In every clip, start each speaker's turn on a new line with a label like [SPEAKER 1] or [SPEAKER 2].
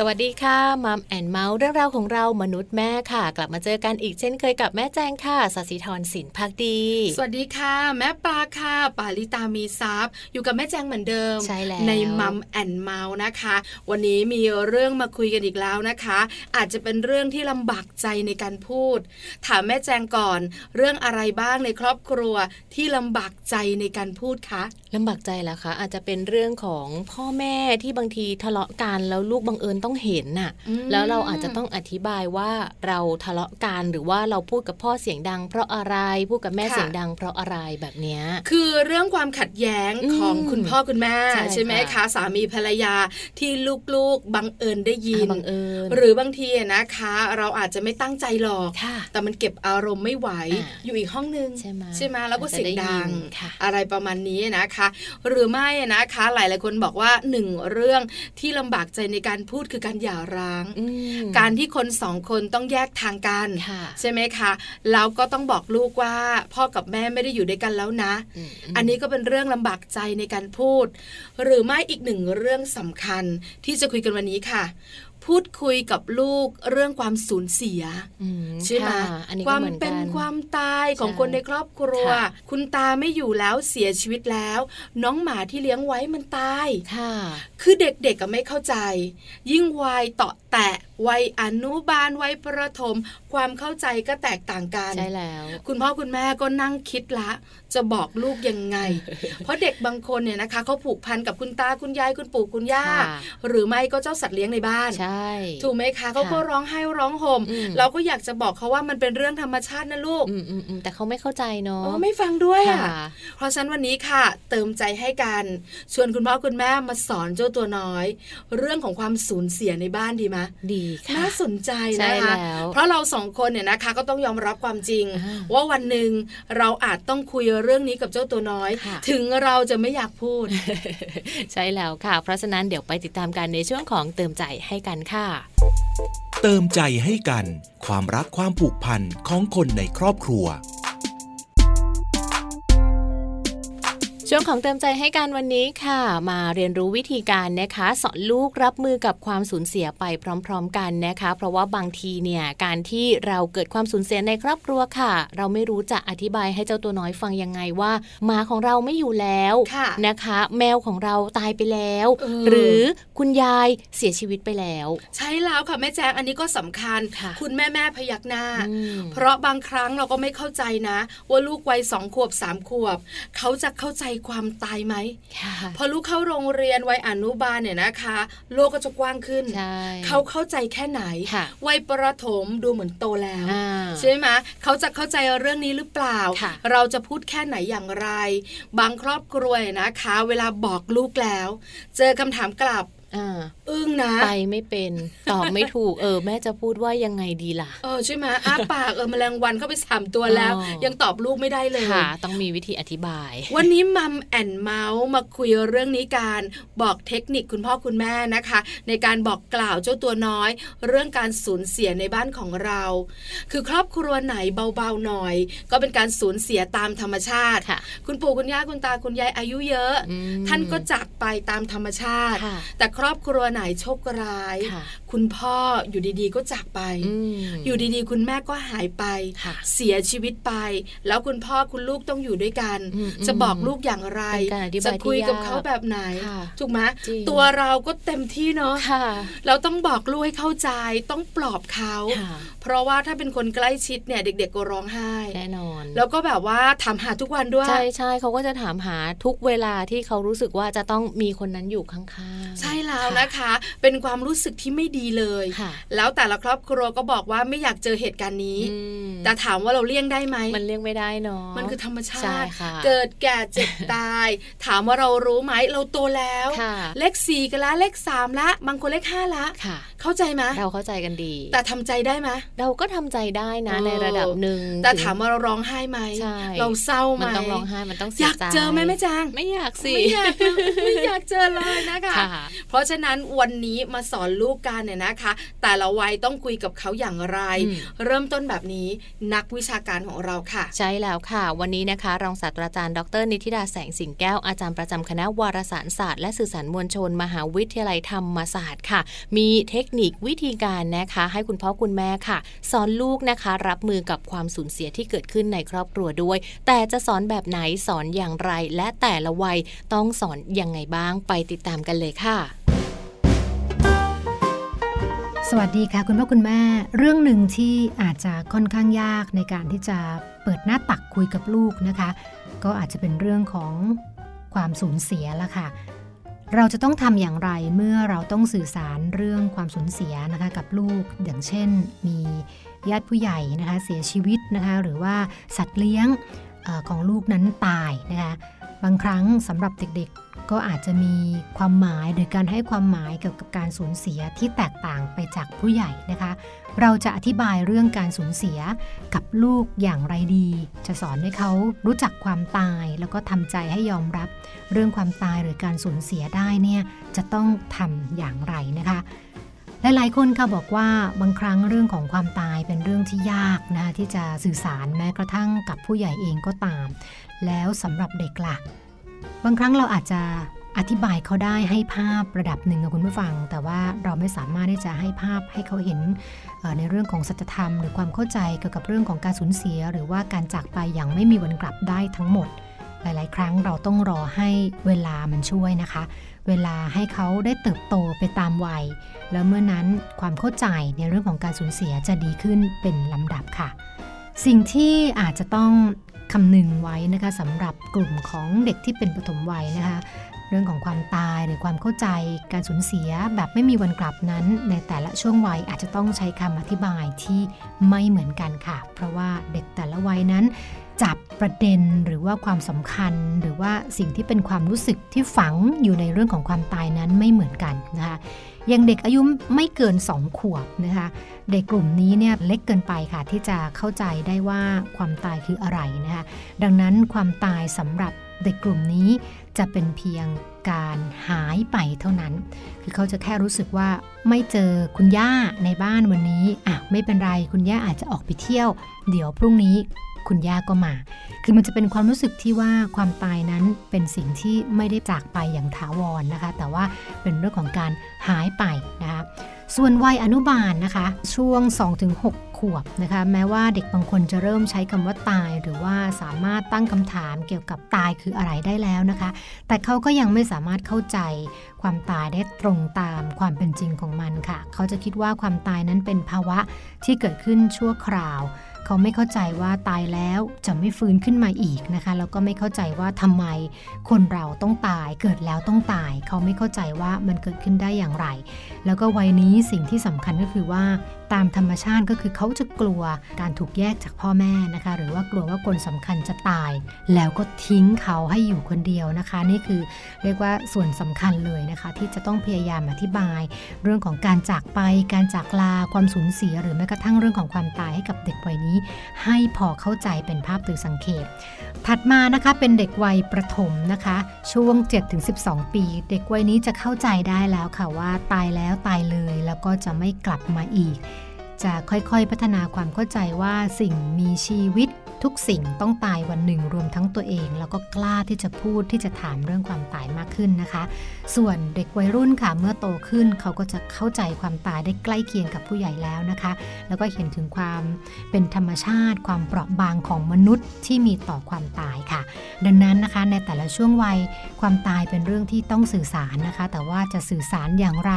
[SPEAKER 1] สวัสดีค่ะมัมแอนเมาส์เรื่องราวของเรามนุษย์แม่ค่ะ กลับมาเจอกันอีกเช่นเคยกับแม่แจงค่ะสศิธรสินพักดี
[SPEAKER 2] สวัสดีค่ะ แม่ปลาค่ะ ปาลิตามีซัพย์อยู่กับแม่แจงเหมือนเดิม
[SPEAKER 1] ใช่แล้ว
[SPEAKER 2] มัมแอนเมาส์นะคะ วันนี้มีเรื่องมาคุยกันอีกแล้วนะคะ อาจจะเป็นเรื่องที่ลำบากใจในการพูด ถามแม่แจงก่อน เรื่องอะไรบ้างในครอบครัวที่ลำบากใจในการพูดคะ
[SPEAKER 1] ลำบากใจละคะ อาจจะเป็นเรื่องของพ่อแม่ที่บางทีทะเลาะกันแล้วลูกบังเอิญต้องเห็นน่ะ
[SPEAKER 2] อืม
[SPEAKER 1] แล้วเราอาจจะต้องอธิบายว่าเราทะเลาะกันหรือว่าเราพูดกับพ่อเสียงดัง เพราะอะไรพูดกับแม่เสียงดัง เพราะอะไรแบบเนี้ย
[SPEAKER 2] คือเรื่องความขัดแย้ง
[SPEAKER 1] อืม
[SPEAKER 2] ของคุณพ่อคุณแม่
[SPEAKER 1] ใช่
[SPEAKER 2] ไหม
[SPEAKER 1] ค่ะ
[SPEAKER 2] คะสามีภรรยาที่ลูกๆบังเอิญได้ยิน
[SPEAKER 1] บังเอิญ
[SPEAKER 2] หรือบางทีอะนะคะ เราอาจจะไม่ตั้งใจหรอก
[SPEAKER 1] ค่ะ
[SPEAKER 2] แต่มันเก็บอารมณ์ไม่ไหว
[SPEAKER 1] อ่า
[SPEAKER 2] อยู่อีกห้องนึง
[SPEAKER 1] ใช่ไหม
[SPEAKER 2] ไหมแล้วก็เสียงดั
[SPEAKER 1] อา
[SPEAKER 2] ง
[SPEAKER 1] จจะได้ยินค่ะ
[SPEAKER 2] อะไรประมาณนี้นะคะ หรือไม่นะคะ หลายๆคนบอกว่าหนึ่งเรื่องที่ลำบากใจในการพูดคือการหย่าร้าง
[SPEAKER 1] อืม
[SPEAKER 2] การที่คนสองคนต้องแยกทางกัน
[SPEAKER 1] ค่ะ
[SPEAKER 2] ใช่ไหมคะแล้วก็ต้องบอกลูกว่าพ่อกับแม่ไม่ได้อยู่ด้วยกันแล้วนะ
[SPEAKER 1] ม
[SPEAKER 2] อันนี้ก็เป็นเรื่องลำบากใจในการพูด หรือไม่อีกหนึ่งเรื่องสำคัญที่จะคุยกันวันนี้ค่ะ พูดคุยกับลูกเรื่องความสูญเสีย
[SPEAKER 1] อืม
[SPEAKER 2] ใช่ไหม
[SPEAKER 1] ค่ะอันนี้
[SPEAKER 2] ค
[SPEAKER 1] ก็
[SPEAKER 2] วาม
[SPEAKER 1] หมือกั
[SPEAKER 2] เป็นความตายของคนในครอบครัว
[SPEAKER 1] ค่ะ
[SPEAKER 2] คุณตาไม่อยู่แล้วเสียชีวิตแล้ว น้องหมาที่เลี้ยงไว้มันตาย
[SPEAKER 1] ค่ะ
[SPEAKER 2] คือเด็กๆก็ไม่เข้าใจ ยิ่งวัยเตาะแตะวัยอนุบาลวัยประถม ความเข้าใจก็แตกต่างกัน
[SPEAKER 1] ใช่แล้ว
[SPEAKER 2] คุณพ่อคุณแม่ก็นั่งคิดละ จะบอกลูกยัง ไง เพราะเด็กบางคนเนี่ยนะคะเขาผูกพันกับคุณตาคุณยายคุณปู่คุณย่า
[SPEAKER 1] ค่ะ
[SPEAKER 2] หรือไม่ก็เจ้าสัตว์เลี้ยงในบ้าน
[SPEAKER 1] ใช่
[SPEAKER 2] ถูกไหมคะเขาก็ร้องไห้ร้องห่ม
[SPEAKER 1] อืม
[SPEAKER 2] เราก็อยากจะบอกเขาว่ามันเป็นเรื่องธรรมชาตินะลูก
[SPEAKER 1] อืมอืมอืมแต่เขาไม่เข้าใจเนาะ
[SPEAKER 2] อ๋อไม่ฟังด้วย
[SPEAKER 1] ค่ะ
[SPEAKER 2] อ่ะเพราะฉะนั้นวันนี้ค่ะ เติมใจให้กันชวนคุณพ่อคุณแม่มาสอนเจ้าตัวน้อย เรื่องของความสูญเสียในบ้านดีไหม
[SPEAKER 1] ดีค่ะ
[SPEAKER 2] น่าสนใจ
[SPEAKER 1] ใช่
[SPEAKER 2] นะคะ
[SPEAKER 1] แล้ว
[SPEAKER 2] เพราะเราสองคนเนี่ยนะคะก็ต้องยอมรับความจริง
[SPEAKER 1] อ่า
[SPEAKER 2] ว่าวันหนึ่งเราอาจต้องคุยเรื่องนี้กับเจ้าตัวน้อย
[SPEAKER 1] ค่ะ
[SPEAKER 2] ถึงเราจะไม่อยากพูด
[SPEAKER 1] ใช่แล้วค่ะ เพราะฉะนั้นเดี๋ยวไปติดตามกันในช่วงของเติมใจให้กันค่ะ
[SPEAKER 3] เติมใจให้กัน ความรักความผูกพันของคนในครอบครัว
[SPEAKER 1] ช่วงของเติมใจให้กันวันนี้ค่ะ มาเรียนรู้วิธีการนะคะ สอนลูกรับมือกับความสูญเสียไปพร้อม ๆ กันนะคะ เพราะว่าบางทีเนี่ยการที่เราเกิดความสูญเสียในครอบครัวค่ะ เราไม่รู้จะอธิบายให้เจ้าตัวน้อยฟังยังไงว่าหมาของเราไม่อยู่แล้ว
[SPEAKER 2] ค่ะ
[SPEAKER 1] นะคะ แมวของเราตายไปแล้ว
[SPEAKER 2] เออ
[SPEAKER 1] หรือคุณยายเสียชีวิตไปแล้ว
[SPEAKER 2] ใช่แล้วค่ะแม่แจงอันนี้ก็สำคัญ
[SPEAKER 1] ค่ะ
[SPEAKER 2] ณแม่แม่พยักหน้า
[SPEAKER 1] อืม
[SPEAKER 2] เพราะบางครั้งเราก็ไม่เข้าใจนะ ว่าลูกวัยสองขวบสามขวบ เขาจะเข้าใจความตายไหม
[SPEAKER 1] ค่ะ
[SPEAKER 2] พอลูกเข้าโรงเรียนวัยอนุบาลเนี่ยนะคะ โลกก็จะกว้างขึ้น
[SPEAKER 1] ใช่
[SPEAKER 2] เขาเข้าใจแค่ไหน
[SPEAKER 1] ค่ะ
[SPEAKER 2] วัยประถมดูเหมือนโตแล้ว
[SPEAKER 1] อ่า
[SPEAKER 2] ใช่ไหมเขาจะเข้าใจเรื่องนี้หรือเปล่า
[SPEAKER 1] ค่ะ
[SPEAKER 2] เราจะพูดแค่ไหนอย่างไร บางครอบครัวเนี่ยนะคะ เวลาบอกลูกแล้ว เจอคำถามกลับ
[SPEAKER 1] อ่า
[SPEAKER 2] อึ้งนะ
[SPEAKER 1] ไปไม่เป็นตอบไม่ถูกเออแม่จะพูดว่ายังไงดีล่ะ
[SPEAKER 2] เออใช่ไหมอ้าปากเออแมลงวันเข้าไปสามตัวแล้ว
[SPEAKER 1] อ๋อ
[SPEAKER 2] ยังตอบลูกไม่ได้เลย
[SPEAKER 1] ค่ะ ต้องมีวิธีอธิบาย
[SPEAKER 2] วันนี้มัมแอนเมาส์มาคุยเรื่องนี้การบอกเทคนิคคุณพ่อคุณแม่นะคะ ในการบอกกล่าวเจ้าตัวน้อย เรื่องการสูญเสียในบ้านของเรา คือครอบครัวไหนเบาๆหน่อย ก็เป็นการสูญเสียตามธรรมชาติ
[SPEAKER 1] ค่ะ
[SPEAKER 2] คุณปู่คุณย่าคุณตาคุณยายอายุเยอะ
[SPEAKER 1] อืม
[SPEAKER 2] ท่านก็จากไปตามธรรมชาติ
[SPEAKER 1] ค่ะ
[SPEAKER 2] แต่ครอบครัวไหนโชคร้าย
[SPEAKER 1] ค่ะ
[SPEAKER 2] คุณพ่ออยู่ดีๆก็จากไป
[SPEAKER 1] ม
[SPEAKER 2] อยู่ดีๆ คุณแม่ก็หายไป
[SPEAKER 1] ค่ะ
[SPEAKER 2] เสียชีวิตไป แล้วคุณพ่อคุณลูกต้องอยู่ด้วยกัน
[SPEAKER 1] อืม
[SPEAKER 2] จะบอกลูกอย่างไร
[SPEAKER 1] เป็นการอธิบาย
[SPEAKER 2] จะคุย
[SPEAKER 1] ที่ยาก
[SPEAKER 2] กับเขาแบบไหน
[SPEAKER 1] ค่ะ
[SPEAKER 2] ถูกไหม
[SPEAKER 1] จริง
[SPEAKER 2] ตัวเราก็เต็มที่เนาะ
[SPEAKER 1] ค่ะ
[SPEAKER 2] เราต้องบอกลูกให้เข้าใจ ต้องปลอบเขา
[SPEAKER 1] ค่ะ
[SPEAKER 2] เพราะว่าถ้าเป็นคนใกล้ชิดเนี่ย เด็ก ๆ ก็ร้องไห้
[SPEAKER 1] แน่นอน
[SPEAKER 2] แล้วก็แบบว่าถามหาทุกวันด้วย
[SPEAKER 1] ใช่ใช่เขาก็จะถามหาทุกเวลาที่เขารู้สึกว่าจะต้องมีคนนั้นอยู่ข้างๆ
[SPEAKER 2] ใช่แล้วนะคะ เป็นความรู้สึกที่ไม่ดีเลย
[SPEAKER 1] ค่ะ
[SPEAKER 2] แล้วแต่ละครอบครัวก็บอกว่าไม่อยากเจอเหตุการณ์นี้
[SPEAKER 1] อืม
[SPEAKER 2] แต่ถามว่าเราเลี่ยงได้ไหม
[SPEAKER 1] มันเลี่ยงไม่ได้เนาะ
[SPEAKER 2] มันคือธรรมชา
[SPEAKER 1] ใช่
[SPEAKER 2] ติ
[SPEAKER 1] ค่ะ
[SPEAKER 2] เกิดแก่เจ็บ ตาย ถามว่าเรารู้ไหม เราโตแล้ว
[SPEAKER 1] ค่ะ
[SPEAKER 2] เลขสี่กันละเลขสามละ บางคนเลขห้าละ
[SPEAKER 1] ค่ะ
[SPEAKER 2] เข้าใจไหม
[SPEAKER 1] เราเข้าใจกันดี
[SPEAKER 2] แต่ทำใจได้ไหม
[SPEAKER 1] เราก็ทำใจได้นะ
[SPEAKER 2] เออ
[SPEAKER 1] ในระดับหนึ่ง
[SPEAKER 2] แต่
[SPEAKER 1] ง
[SPEAKER 2] ถามว่าเราร้องไห้ไหม
[SPEAKER 1] ใช่
[SPEAKER 2] เราเศร้าไหม
[SPEAKER 1] มันต้องร้องไห้มันต้องเสี
[SPEAKER 2] อย ยาก
[SPEAKER 1] ใจ
[SPEAKER 2] เจอไหมแม่จาง
[SPEAKER 1] ไม่อยากสิ
[SPEAKER 2] ไม่อยาก ไม่อยากเจอเลยนะคะ
[SPEAKER 1] ค่ะ
[SPEAKER 2] เพราะ ราะฉะนั้นวันนี้มาสอนลูกกันเนี่ยนะคะ แต่ละวัยต้องคุยกับเขาอย่างไร
[SPEAKER 1] อืม
[SPEAKER 2] เริ่มต้นแบบนี้นักวิชาการของเราค่ะ
[SPEAKER 1] ใช่แล้วค่ะ วันนี้นะคะ รองศาสตราจารย์ดร นิติดาแสงสิงแก้วอาจารย์ประจำคณะวารสารศาสตร์และสื่อสารมวลชน มหาวิทยาลัยธรรมศาสตร์ค่ะ มีเทคนิควิธีการนะคะ ให้คุณพ่อคุณแม่ค่ะ สอนลูกนะคะ รับมือกับความสูญเสียที่เกิดขึ้นในครอบครัวด้วย แต่จะสอนแบบไหนสอนอย่างไร และแต่ละวัยต้องสอนยังไงบ้างไปติดตามกันเลยค่ะ
[SPEAKER 4] สวัสดีค่ะคุณพ่อคุณแม่ เรื่องหนึ่งที่อาจจะค่อนข้างยากในการที่จะเปิดหน้าตักคุยกับลูกนะคะ ก็อาจจะเป็นเรื่องของความสูญเสียละค่ะ เราจะต้องทำอย่างไรเมื่อเราต้องสื่อสารเรื่องความสูญเสียนะคะกับลูกอย่างเช่น มีญาติผู้ใหญ่นะคะเสียชีวิตนะคะหรือว่าสัตว์เลี้ยงเออของลูกนั้นตายนะคะบางครั้งสำหรับเด็กๆ ก็อาจจะมีความหมายหรือการให้ความหมายเกี่ยวกับการสูญเสียที่แตกต่างไปจากผู้ใหญ่นะคะ เราจะอธิบายเรื่องการสูญเสียกับลูกอย่างไรดี จะสอนให้เขารู้จักความตาย แล้วก็ทำใจให้ยอมรับ เรื่องความตายหรือการสูญเสียได้เนี่ยจะต้องทำอย่างไรนะคะ หลายๆ คนค่ะบอกว่าบางครั้งเรื่องของความตายเป็นเรื่องที่ยากนะคะที่จะสื่อสารแม้กระทั่งกับผู้ใหญ่เองก็ตาม แล้วสำหรับเด็กล่ะ บางครั้งเราอาจจะอธิบายเขาได้ให้ภาพระดับหนึ่งกับคุณผู้ฟัง แต่ว่าเราไม่สามารถที่จะให้ภาพให้เขาเห็นเอ่อในเรื่องของสัจธรรม หรือความเข้าใจเกี่ยวกับเรื่องของการสูญเสีย หรือว่าการจากไปอย่างไม่มีวันกลับได้ทั้งหมด หลาย ๆ ครั้งเราต้องรอให้เวลามันช่วยนะคะ เวลาให้เขาได้เติบโตไปตามวัย แล้วเมื่อนั้นความเข้าใจในเรื่องของการสูญเสียจะดีขึ้นเป็นลำดับค่ะ สิ่งที่อาจจะต้องคำนึงไว้นะคะสำหรับกลุ่มของเด็กที่เป็นปฐมวัยนะคะ เรื่องของความตายหรือความเข้าใจการสูญเสียแบบไม่มีวันกลับนั้น ในแต่ละช่วงวัยอาจจะต้องใช้คำอธิบายที่ไม่เหมือนกันค่ะ เพราะว่าเด็กแต่ละวัยนั้น จับประเด็นหรือว่าความสำคัญ หรือว่าสิ่งที่เป็นความรู้สึกที่ฝังอยู่ในเรื่องของความตายนั้นไม่เหมือนกันนะคะอย่างเด็กอายุไม่เกิน 2 ขวบนะคะ เด็กกลุ่มนี้เนี่ยเล็กเกินไปค่ะ ที่จะเข้าใจได้ว่าความตายคืออะไรนะคะดังนั้นความตายสำหรับเด็กกลุ่มนี้จะเป็นเพียงการหายไปเท่านั้น คือเขาจะแค่รู้สึกว่าไม่เจอคุณย่าในบ้านวันนี้อ่ะไม่เป็นไรคุณย่าอาจจะออกไปเที่ยว เดี๋ยวพรุ่งนี้คุณย่าก็มา คือมันจะเป็นความรู้สึกที่ว่าความตายนั้นเป็นสิ่งที่ไม่ได้จากไปอย่างถาวรนะคะ แต่ว่าเป็นเรื่องของการหายไปนะคะ ส่วนวัยอนุบาลนะคะ ช่วง 2-6 ขวบนะคะ แม้ว่าเด็กบางคนจะเริ่มใช้คำว่าตาย หรือว่าสามารถตั้งคำถามเกี่ยวกับตายคืออะไรได้แล้วนะคะ แต่เขาก็ยังไม่สามารถเข้าใจความตายได้ตรงตามความเป็นจริงของมันค่ะ เขาจะคิดว่าความตายนั้นเป็นภาวะที่เกิดขึ้นชั่วคราว เขาไม่เข้าใจว่าตายแล้วจะไม่ฟื้นขึ้นมาอีกนะคะ แล้วก็ไม่เข้าใจว่าทำไมคนเราต้องตาย เกิดแล้วต้องตาย เขาไม่เข้าใจว่ามันเกิดขึ้นได้อย่างไร แล้วก็วัยนี้สิ่งที่สำคัญก็คือว่าตามธรรมชาติก็คือเขาจะกลัวการถูกแยกจากพ่อแม่นะคะ หรือว่ากลัวว่าคนสำคัญจะตาย แล้วก็ทิ้งเขาให้อยู่คนเดียวนะคะ นี่คือเรียกว่าส่วนสำคัญเลยนะคะ ที่จะต้องพยายามอธิบาย เรื่องของการจากไป การจากลาความสูญเสีย หรือแม้กระทั่งเรื่องของความตายให้กับเด็กวัยนี้ ให้พอเข้าใจเป็นภาพตือสังเขต ถัดมานะคะเป็นเด็กวัยประถมนะคะ ช่วง 7-12 ปี เด็กวัยนี้จะเข้าใจได้แล้วค่ะว่าตายแล้วตายเลย แล้วก็จะไม่กลับมาอีก จะค่อยๆพัฒนาความเข้าใจว่าสิ่งมีชีวิตทุกสิ่งต้องตายวันหนึ่งรวมทั้งตัวเอง แล้วก็กล้าที่จะพูดที่จะถามเรื่องความตายมากขึ้นนะคะ ส่วนเด็กวัยรุ่นค่ะเมื่อโตขึ้นเขาก็จะเข้าใจความตายได้ใกล้เคียงกับผู้ใหญ่แล้วนะคะ แล้วก็เห็นถึงความเป็นธรรมชาติ ความเปราะบางของมนุษย์ที่มีต่อความตายค่ะ ดังนั้นนะคะในแต่ละช่วงวัยความตายเป็นเรื่องที่ต้องสื่อสารนะคะ แต่ว่าจะสื่อสารอย่างไร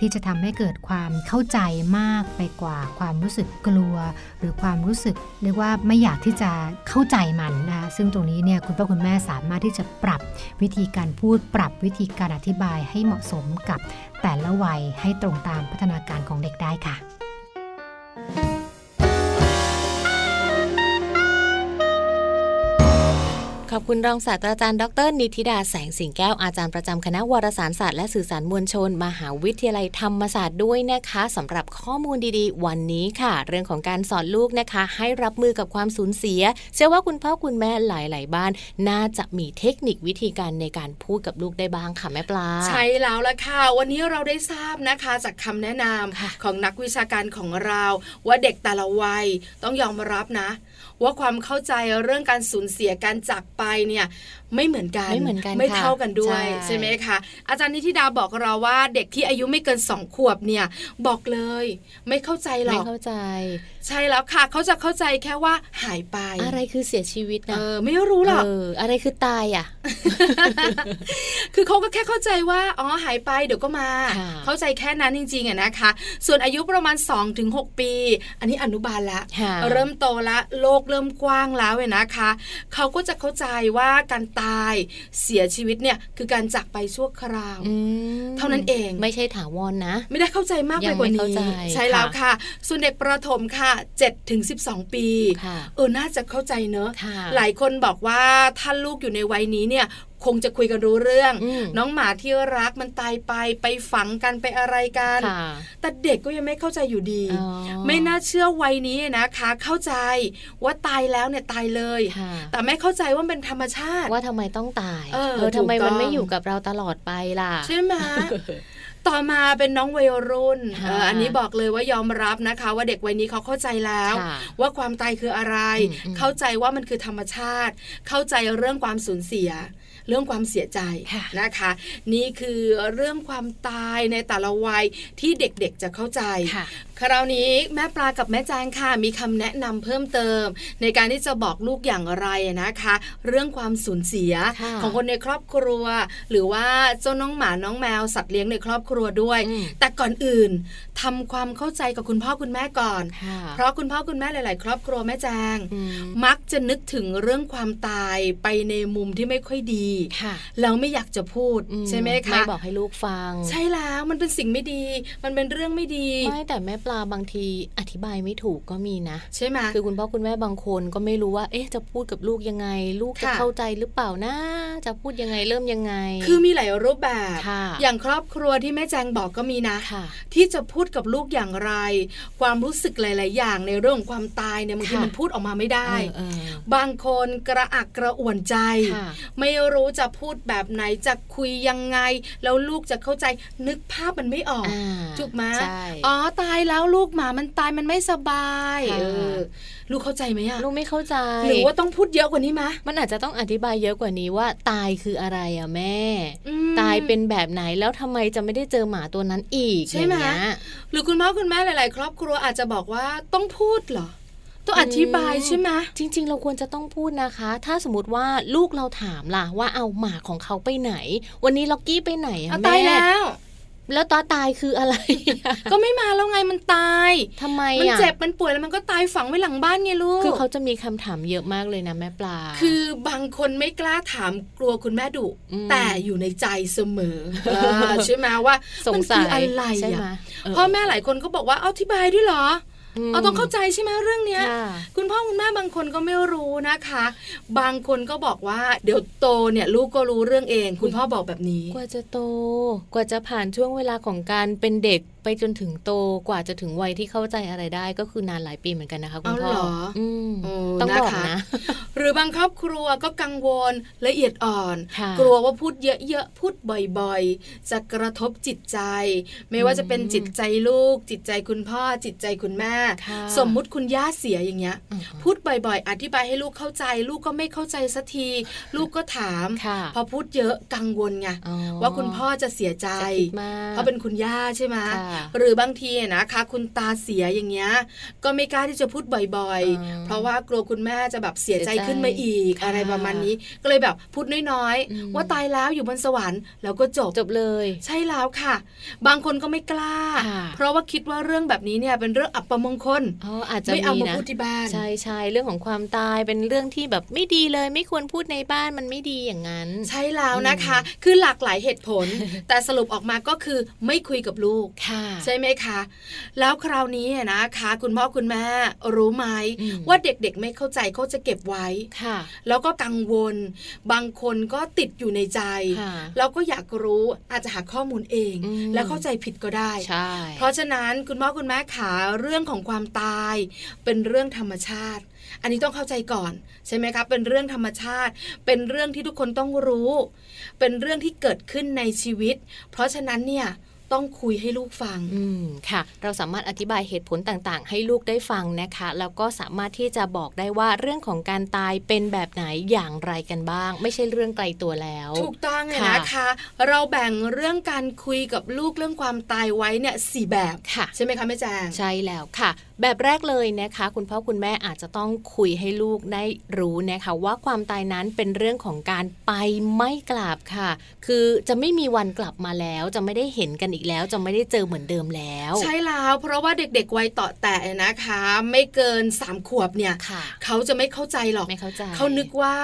[SPEAKER 4] ที่จะทำให้เกิดความเข้าใจมากไปกว่าความรู้สึกกลัว หรือความรู้สึกเรียกว่าไม่อยากที่จะเข้าใจมันนะคะซึ่งตรงนี้เนี่ยคุณพ่อคุณแม่สามารถที่จะปรับวิธีการพูด ปรับวิธีการอธิบายให้เหมาะสมกับแต่ละวัยให้ตรงตามพัฒนาการของเด็กได้ค่ะ
[SPEAKER 1] ขอบคุณรองศาสตราจารย์ดร นิติดาแสงสิงแก้วอาจารย์ประจำคณะวารสารศาสตร์และสื่อสารมวลชน มหาวิทยาลัยธรรมศาสตร์ด้วยนะคะสำหรับข้อมูลดีๆ วันนี้ค่ะ เรื่องของการสอนลูกนะคะ ให้รับมือกับความสูญเสีย เชื่อว่าคุณพ่อคุณแม่หลายๆ บ้าน น่าจะมีเทคนิควิธีการในการพูดกับลูกได้บ้างค่ะแม่ปลา
[SPEAKER 2] ใช่แล้วละค่ะ วันนี้เราได้ทราบนะคะจากคำแนะนำ
[SPEAKER 1] ค่ะ
[SPEAKER 2] ของนักวิชาการของเรา ว่าเด็กแต่ละวัยต้องยอมรับนะ ว่าความเข้าใจเรื่องการสูญเสียการจากไปเนี่ยไม่เหมือนกัน
[SPEAKER 1] ไม่เหมือนกันค่ะ
[SPEAKER 2] เท่ากันด้วย
[SPEAKER 1] ใช่
[SPEAKER 2] ใช่ไหมคะอาจารย์นิธิดาบอกเราว่าเด็กที่อายุไม่เกินสองขวบเนี่ยบอกเลย ไม่เข้าใจหร
[SPEAKER 1] ไม่
[SPEAKER 2] อก
[SPEAKER 1] เข้าใจ
[SPEAKER 2] ใช่แล้วค่ะ เขาจะเข้าใจแค่ว่าหายไป
[SPEAKER 1] อะไรคือเสียชีวิต
[SPEAKER 2] เอ
[SPEAKER 1] นะ
[SPEAKER 2] อไม่รู้หรอก
[SPEAKER 1] เอออะไรคือตายอ่ะ
[SPEAKER 2] คือเขาก็แค่เข้าใจว่า อ๋อ หายไปเดี๋ยวก็มา
[SPEAKER 1] ค่ะ
[SPEAKER 2] เข้าใจแค่นั้นจริงๆอะนะคะ ส่วนอายุประมาณ 2-6 ปี อันนี้อนุบาลละ
[SPEAKER 1] ค่ะ
[SPEAKER 2] เริ่มโตละโลกเริ่มกว้างแล้วเว้ยนะคะ เขาก็จะเข้าใจว่าการตายเสียชีวิตเนี่ยคือการจากไปชั่วคราว
[SPEAKER 1] อืม
[SPEAKER 2] เท่านั้นเอง
[SPEAKER 1] ไม่ใช่ถาวรนะ
[SPEAKER 2] ไม่ได้เข้าใจมาก
[SPEAKER 1] ยั
[SPEAKER 2] ไป
[SPEAKER 1] ง
[SPEAKER 2] กว่า
[SPEAKER 1] ไม่
[SPEAKER 2] นี้
[SPEAKER 1] เข้าใจ
[SPEAKER 2] ใช่แล้ว
[SPEAKER 1] ค่ะ
[SPEAKER 2] ค่ะ ส่วนเด็กประถมค่ะ7-12 ปี
[SPEAKER 1] ค่ะ
[SPEAKER 2] เออ น่าจะเข้าใจเนอะ
[SPEAKER 1] ค่ะ
[SPEAKER 2] หลายคนบอกว่าถ้าลูกอยู่ในวัยนี้เนี่ยคงจะคุยกันรู้เรื่อง
[SPEAKER 1] อืม
[SPEAKER 2] น้องหมาที่รักมันตายไปไปฝังกันไปอะไรกัน
[SPEAKER 1] ค่ะ
[SPEAKER 2] แต่เด็กก็ยังไม่เข้าใจอยู่ดี
[SPEAKER 1] อ๋อ
[SPEAKER 2] ไม่น่าเชื่อวัยนี้นะคะ เข้าใจว่าตายแล้วเนี่ยตายเลย
[SPEAKER 1] ค่ะ
[SPEAKER 2] แต่ไม่เข้าใจว่ามันเป็นธรรมชาติ
[SPEAKER 1] ว่าทำไมต้องตาย
[SPEAKER 2] เออ
[SPEAKER 1] ทำไม
[SPEAKER 2] ถูกต้
[SPEAKER 1] มั
[SPEAKER 2] อนง
[SPEAKER 1] ไม่อยู่กับเราตลอดไปล่ะ
[SPEAKER 2] ใช่ไหม ต่อมาเป็นน้องวัยรุ่น
[SPEAKER 1] ค่ะ
[SPEAKER 2] เอออันนี้บอกเลยว่ายอมรับนะคะ ว่าเด็กวัยนี้เขาเข้าใจแล้ว
[SPEAKER 1] ค่ะ
[SPEAKER 2] ว่าความตายคืออะไร
[SPEAKER 1] อืมอืม
[SPEAKER 2] เข้าใจว่ามันคือธรรมชาติ เข้าใจเรื่องความสูญเสีย เรื่องความเสียใจ
[SPEAKER 1] ค่ะ
[SPEAKER 2] นะคะ นี่คือเรื่องความตายในแต่ละวัยที่เด็กๆจะเข้าใจ
[SPEAKER 1] ค่ะ
[SPEAKER 2] คราวนี้แม่ปลากับแม่แจงค่ะ มีคำแนะนำเพิ่มเติม ในการที่จะบอกลูกอย่างไรนะคะ เรื่องความสูญเสีย
[SPEAKER 1] ค่ะ
[SPEAKER 2] ของคนในครอบครัว หรือว่าเจ้าน้องหมาน้องแมวสัตว์เลี้ยงในครอบครัวด้วย
[SPEAKER 1] อืม
[SPEAKER 2] แต่ก่อนอื่นทำความเข้าใจกับคุณพ่อคุณแม่ก่อน
[SPEAKER 1] ค่ะ
[SPEAKER 2] เพราะคุณพ่อคุณแม่หลาย ๆ ครอบครัวแม่แจง
[SPEAKER 1] อืม
[SPEAKER 2] มักจะนึกถึงเรื่องความตายไปในมุมที่ไม่ค่อยดี
[SPEAKER 1] ค่ะ
[SPEAKER 2] แล้วไม่อยากจะพูด
[SPEAKER 1] อื
[SPEAKER 2] ใช่ไหมคะ
[SPEAKER 1] ไม่บอกให้ลูกฟัง
[SPEAKER 2] ใช่แล้วมันเป็นสิ่งไม่ดี มันเป็นเรื่องไม่ดี
[SPEAKER 1] ไม่แต่แม่ปลาบางทีอธิบายไม่ถูกก็มีนะ
[SPEAKER 2] ใช่ไหม
[SPEAKER 1] คือคุณพ่อคุณแม่บางคนก็ไม่รู้ว่า เอ๊ะ จะพูดกับลูกยังไง ลูกจะ
[SPEAKER 2] ค่ะ
[SPEAKER 1] เข้าใจหรือเปล่านะ จะพูดยังไงเริ่มยังไง
[SPEAKER 2] คือมีหลายรูปแบบ
[SPEAKER 1] ค่ะ
[SPEAKER 2] อย่างครอบครัวที่แม่แจงบอกก็มีนะ
[SPEAKER 1] ค่ะ
[SPEAKER 2] ที่จะพูดกับลูกอย่างไร ความรู้สึกหลาย ๆ อย่างในเรื่องของความตายเนี่ยบางที
[SPEAKER 1] ค่ะ
[SPEAKER 2] มันพูดออกมาไม่ได้
[SPEAKER 1] เออเออบ
[SPEAKER 2] างคนกระอักกระอ่วนใจ
[SPEAKER 1] ค่ะ
[SPEAKER 2] ไม่รู้จะพูดแบบไหนจะคุยยังไง แล้วลูกจะเข้าใจนึกภาพมันไม่ออก
[SPEAKER 1] อ่า
[SPEAKER 2] ถูกไหม
[SPEAKER 1] ใช่
[SPEAKER 2] อ๋อตายแล้วลูกหมามันตายมันไม่สบาย
[SPEAKER 1] ค่ะ
[SPEAKER 2] เออลูกเข้าใจไหมอะ
[SPEAKER 1] ลูกไม่เข้าใจ
[SPEAKER 2] หรือว่าต้องพูดเยอะกว่านี้ไหม
[SPEAKER 1] มันอาจจะต้องอธิบายเยอะกว่านี้ว่าตายคืออะไรอะแม่
[SPEAKER 2] อืม
[SPEAKER 1] ตายเป็นแบบไหนแล้วทำไมจะไม่ได้เจอหมาตัวนั้นอีก
[SPEAKER 2] ใช่ไหม
[SPEAKER 1] อย่างเงี้ย
[SPEAKER 2] หรือคุณพ่อคุณแม่หลาย ๆ ครอบครัวอาจจะบอกว่าต้องพูดเหรอ ต้อง
[SPEAKER 1] อืม
[SPEAKER 2] อธิบายใช่ไหม
[SPEAKER 1] จริง ๆ เราควรจะต้องพูดนะคะ ถ้าสมมติว่าลูกเราถามล่ะว่าเอาหมาของเขาไปไหน วันนี้ล็อกกี้ไปไหนอะ
[SPEAKER 2] เอา
[SPEAKER 1] แม่
[SPEAKER 2] ตายแล้ว
[SPEAKER 1] แล้วตอนตายคืออะไรอะ
[SPEAKER 2] ก็ไม่มาแล้วไง มันตาย
[SPEAKER 1] ทำไมอะ
[SPEAKER 2] มันเจ็บมันป่วยแล้วมันก็ตายฝังไว้หลังบ้านไงลูก
[SPEAKER 1] คือเขาจะมีคำถามเยอะมากเลยนะแม่ปลา
[SPEAKER 2] คือบางคนไม่กล้าถามกลัวคุณแม่ดุ
[SPEAKER 1] อืม
[SPEAKER 2] แต่อยู่ในใจเสมอเออ ใช่ไหมว่า
[SPEAKER 1] สงสัย
[SPEAKER 2] มันคืออะไร
[SPEAKER 1] ใช่ไหม
[SPEAKER 2] อะ
[SPEAKER 1] เออ
[SPEAKER 2] พ่อแม่หลายคนก็บอกว่าเอาอธิบายด้วยเหรอ
[SPEAKER 1] ม
[SPEAKER 2] เอาต้องเข้าใจใช่ไหมเรื่องเนี้ย
[SPEAKER 1] ค่ะ
[SPEAKER 2] คุณพ่อคุณแม่บางคนก็ไม่รู้นะคะ บางคนก็บอกว่าเดี๋ยวโตเนี่ยลูกก็รู้เรื่องเอง คุณพ่อบอกแบบนี้
[SPEAKER 1] กว่าจะโต กว่าจะผ่านช่วงเวลาของการเป็นเด็กไปจนถึงโตกว่าจะถึงวัยที่เข้าใจอะไรได้ก็คือนานหลายปีเหมือนกันนะคะคุณพ่อ
[SPEAKER 2] เอาเหรอ
[SPEAKER 1] อืม
[SPEAKER 2] โอ้
[SPEAKER 1] ต้อง
[SPEAKER 2] นะคะ
[SPEAKER 1] บอกนะ
[SPEAKER 2] หรือบางครอบครัวก็กังวลละเอียดอ่อน
[SPEAKER 1] ค่ะ
[SPEAKER 2] กลัวว่าพูดเยอะๆพูดบ่อยๆ จะกระทบจิตใจ ไม่ว่าจะเป็นจิตใจลูก จิตใจคุณพ่อ จิตใจคุณแม่
[SPEAKER 1] ค่ะ
[SPEAKER 2] สมมุติคุณย่าเสียอย่างเงี้ย
[SPEAKER 1] อืม
[SPEAKER 2] พูดบ่อยๆ อธิบายให้ลูกเข้าใจ ลูกก็ไม่เข้าใจสักที ลูกก็ถาม
[SPEAKER 1] ค่ะ
[SPEAKER 2] พอพูดเยอะกังวลไง
[SPEAKER 1] อ๋อ
[SPEAKER 2] ว่าคุณพ่อจะเสียใจ
[SPEAKER 1] จะคิดมาก
[SPEAKER 2] เพราะเป็นคุณย่าใช่ไหม
[SPEAKER 1] ค่ะ
[SPEAKER 2] หรือบางทีอะนะคะ คุณตาเสียอย่างเงี้ย ก็ไม่กล้าที่จะพูดบ่อย
[SPEAKER 1] อ่า
[SPEAKER 2] ๆ เพราะว่ากลัวคุณแม่จะแบบเสียใจ
[SPEAKER 1] เสียใจ
[SPEAKER 2] ขึ้นมาอีก
[SPEAKER 1] ค่ะ
[SPEAKER 2] อะไรประมาณนี้ ก็เลยแบบพูดน้อย
[SPEAKER 1] อืม
[SPEAKER 2] ๆ ว่าตายแล้วอยู่บนสวรรค์แล้วก็จบ
[SPEAKER 1] จบเลย
[SPEAKER 2] ใช่แล้วค่ะ บางคนก็ไม่กล้า
[SPEAKER 1] ค่ะ
[SPEAKER 2] เพราะว่าคิดว่าเรื่องแบบนี้เนี่ยเป็นเรื่องอับประมงคล
[SPEAKER 1] อ๋ออาจจะ
[SPEAKER 2] ไม่เอา
[SPEAKER 1] มี
[SPEAKER 2] มา
[SPEAKER 1] นะ
[SPEAKER 2] พูดที่บ้าน
[SPEAKER 1] ใช่ใช่เรื่องของความตายเป็นเรื่องที่แบบไม่ดีเลย ไม่ควรพูดในบ้านมันไม่ดีอย่างนั้น
[SPEAKER 2] ใช่แล้วนะคะ คือหลากหลายเหตุผล แต่สรุปออกมาก็คือไม่คุยกับลูก
[SPEAKER 1] ค่ะ ค่ะ
[SPEAKER 2] ใช่ไหมคะ แล้วคราวนี้อะนะคะ คุณพ่อคุณแม่รู้ไหม
[SPEAKER 1] อืม
[SPEAKER 2] ว่าเด็กๆไม่เข้าใจเขาจะเก็บไว้
[SPEAKER 1] ค่ะ
[SPEAKER 2] แล้วก็กังวล บางคนก็ติดอยู่ในใจ
[SPEAKER 1] ค่ะ
[SPEAKER 2] แล้วก็อยากรู้อาจจะหาข้อมูลเอง
[SPEAKER 1] อืม
[SPEAKER 2] และเข้าใจผิดก็ได้
[SPEAKER 1] ใช่
[SPEAKER 2] เพราะฉะนั้นคุณพ่อคุณแม่ขาเรื่องของความตาย เป็นเรื่องธรรมชาติ อันนี้ต้องเข้าใจก่อน ใช่ไหมคะเป็นเรื่องธรรมชาติ เป็นเรื่องที่ทุกคนต้องรู้ เป็นเรื่องที่เกิดขึ้นในชีวิต เพราะฉะนั้นเนี่ยต้องคุยให้ลูกฟัง
[SPEAKER 1] อืมค่ะ เราสามารถอธิบายเหตุผลต่างๆ ให้ลูกได้ฟังนะคะ แล้วก็สามารถที่จะบอกได้ว่าเรื่องของการตายเป็นแบบไหนอย่างไรกันบ้าง ไม่ใช่เรื่องไกลตัวแล้ว
[SPEAKER 2] ถูกต้องเลยนะคะ เราแบ่งเรื่องการคุยกับลูกเรื่องความตายไว้เนี่ยสี่แบบ
[SPEAKER 1] ค่ะ
[SPEAKER 2] ใช่ไหมคะแม่แจง
[SPEAKER 1] ใช่แล้วค่ะ แบบแรกเลยนะคะ คุณพ่อคุณแม่อาจจะต้องคุยให้ลูกได้รู้นะคะ ว่าความตายนั้นเป็นเรื่องของการไปไม่กลับค่ะ คือจะไม่มีวันกลับมาแล้ว จะไม่ได้เห็นกันอีกแล้ว จะไม่ได้เจอเหมือนเดิมแล้ว
[SPEAKER 2] ใช่แล้วเพราะว่าเด็กๆวัยต่อแตะนะคะ ไม่เกินสามขวบเนี่ย
[SPEAKER 1] ค่ะ
[SPEAKER 2] เขาจะไม่เข้าใจหรอก
[SPEAKER 1] ไม่เข้าใจ
[SPEAKER 2] เขานึกว่า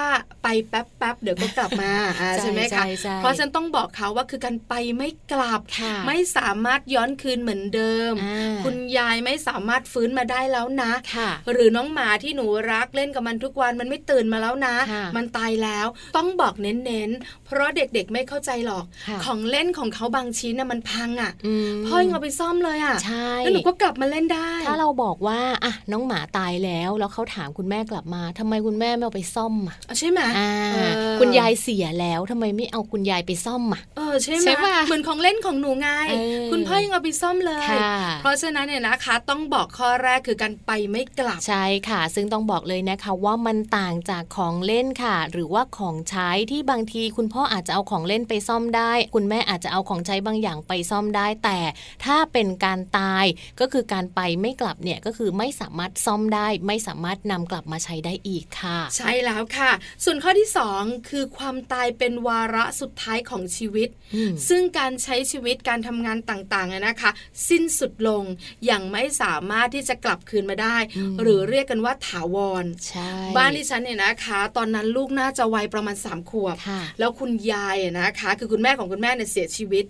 [SPEAKER 2] ไปแป๊บแป๊บๆเดี๋ยวก็กลับ มา อ่า
[SPEAKER 1] ใช่
[SPEAKER 2] ใช่ไหมคะ
[SPEAKER 1] ใช่ใช่
[SPEAKER 2] เพราะฉะนันต้องบอกเขาว่าคือการไปไม่กลับ
[SPEAKER 1] ค่ะ
[SPEAKER 2] ไม่สามารถย้อนคืนเหมือนเดิม
[SPEAKER 1] อ่า
[SPEAKER 2] คุณยายไม่สามารถฟื้นมาได้แล้วนะ
[SPEAKER 1] ค่ะ
[SPEAKER 2] หรือน้องหมาที่หนูรักเล่นกับมันทุกวันมันไม่ตื่นมาแล้วนะ
[SPEAKER 1] ค่ะ
[SPEAKER 2] มันตายแล้วต้องบอกเน้นๆ เพราะเด็กๆไม่เข้าใจหรอก
[SPEAKER 1] ค่ะ
[SPEAKER 2] ของเล่นของเขาบางชิ้นน่ะมันพังอ่ะ
[SPEAKER 1] อืม
[SPEAKER 2] พ่อยังเอาไปซ่อมเลยอ่ะ
[SPEAKER 1] ใช่
[SPEAKER 2] แล้วหนูก็กลับมาเล่นได้
[SPEAKER 1] ถ้าเราบอกว่าอ่ะน้องหมาตายแล้วแล้วเขาถามคุณแม่กลับมาทำไมคุณแม่ไม่เอาไปซ่อมอ่ะ
[SPEAKER 2] ใช่ไหม
[SPEAKER 1] อ่า
[SPEAKER 2] เออ
[SPEAKER 1] คุณยายเสียแล้วทำไมไม่เอาคุณยายไปซ่อมอ่ะ
[SPEAKER 2] เออใช่ไหม
[SPEAKER 1] ใช่ปะ
[SPEAKER 2] เหมือนของเล่นของหนูไง
[SPEAKER 1] เออ
[SPEAKER 2] คุณพ่อยังเอาไปซ่อมเลย
[SPEAKER 1] ค่ะ
[SPEAKER 2] เพราะฉะนั้นเนี่ยนะคะ ต้องบอกข้อแรกคือการไปไม่กลับ
[SPEAKER 1] ใช่ค่ะ ซึ่งต้องบอกเลยนะคะว่ามันต่างจากของเล่นค่ะ หรือว่าของใช้ที่บางทีคุณพ่ออาจจะเอาของเล่นไปซ่อมได้ คุณแม่อาจจะเอาของใช้บางอย่างไปซ่อมได้ แต่ถ้าเป็นการตายก็คือการไปไม่กลับเนี่ยก็คือไม่สามารถซ่อมได้ ไม่สามารถนำกลับมาใช้ได้อีกค่ะ
[SPEAKER 2] ใช่แล้วค่ะ ส่วนข้อที่สองคือความตายเป็นวาระสุดท้ายของชีวิต
[SPEAKER 1] อืม
[SPEAKER 2] ซึ่งการใช้ชีวิตการทำงานต่างๆอะนะคะ สิ้นสุดลงอย่างไม่สามารถที่จะกลับคืนมาได้
[SPEAKER 1] อืม
[SPEAKER 2] หรือเรียกกันว่าถาวร
[SPEAKER 1] ใช่
[SPEAKER 2] บ้านที่ฉันเนี่ยนะคะ ตอนนั้นลูกน่าจะวัยประมาณ3ามขวบ
[SPEAKER 1] ค่ะ
[SPEAKER 2] แล้วคุณยายอะนะคะ คือคุณแม่ของคุณแม่เนี่ยเสียชีวิต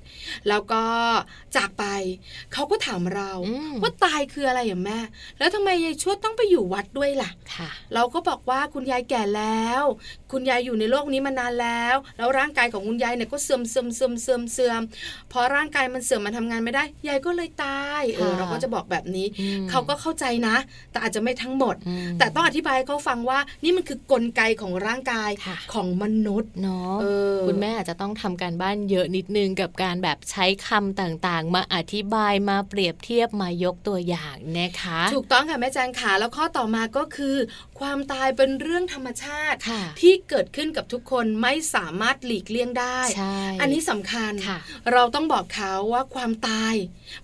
[SPEAKER 2] แล้วก็จากไป เขาก็ถามเรา
[SPEAKER 1] อืม
[SPEAKER 2] ว่าตายคืออะไรอ่ะแม่ แล้วทำไมยายชวดต้องไปอยู่วัดด้วยล่ะ
[SPEAKER 1] ค่ะ
[SPEAKER 2] เราก็บอกว่าคุณยายแก่แล้ว คุณยายอยู่ในโลกนี้มานานแล้ว แล้วร่างกายของคุณยายเนี่ยก็เสื่อมเสื่อมเสื่อมเสื่อมเสื่อมพอร่างกายมันเสื่อมมันทำงานไม่ได้ ยายก็เลยตายเออ
[SPEAKER 1] ค่ะ
[SPEAKER 2] เราก็จะบอกแบบนี้
[SPEAKER 1] อืม
[SPEAKER 2] เขาก็เข้าใจนะ แต่อาจจะไม่ทั้งหมด
[SPEAKER 1] อืม
[SPEAKER 2] แต่ต้องอธิบายให้เขาฟังว่านี่มันคือกลไกของร่างกาย
[SPEAKER 1] ค่ะ
[SPEAKER 2] ของมนุษย์
[SPEAKER 1] เนาะ
[SPEAKER 2] เออ
[SPEAKER 1] คุณแม่อาจจะต้องทำการบ้านเยอะนิดนึงกับการแบบใช้คำต่างๆ มาอธิบายมาเปรียบเทียบมายกตัวอย่างนะคะ
[SPEAKER 2] ถูกต้องค่ะแม่แจงขาแล้วข้อต่อมาก็คือ ความตายเป็นเรื่องธรรมชาติ
[SPEAKER 1] ค่ะ
[SPEAKER 2] ที่เกิดขึ้นกับทุกคนไม่สามารถหลีกเลี่ยงได้
[SPEAKER 1] ใช่
[SPEAKER 2] อันนี้สำคัญ
[SPEAKER 1] ค่ะ
[SPEAKER 2] เราต้องบอกเขาว่าความตาย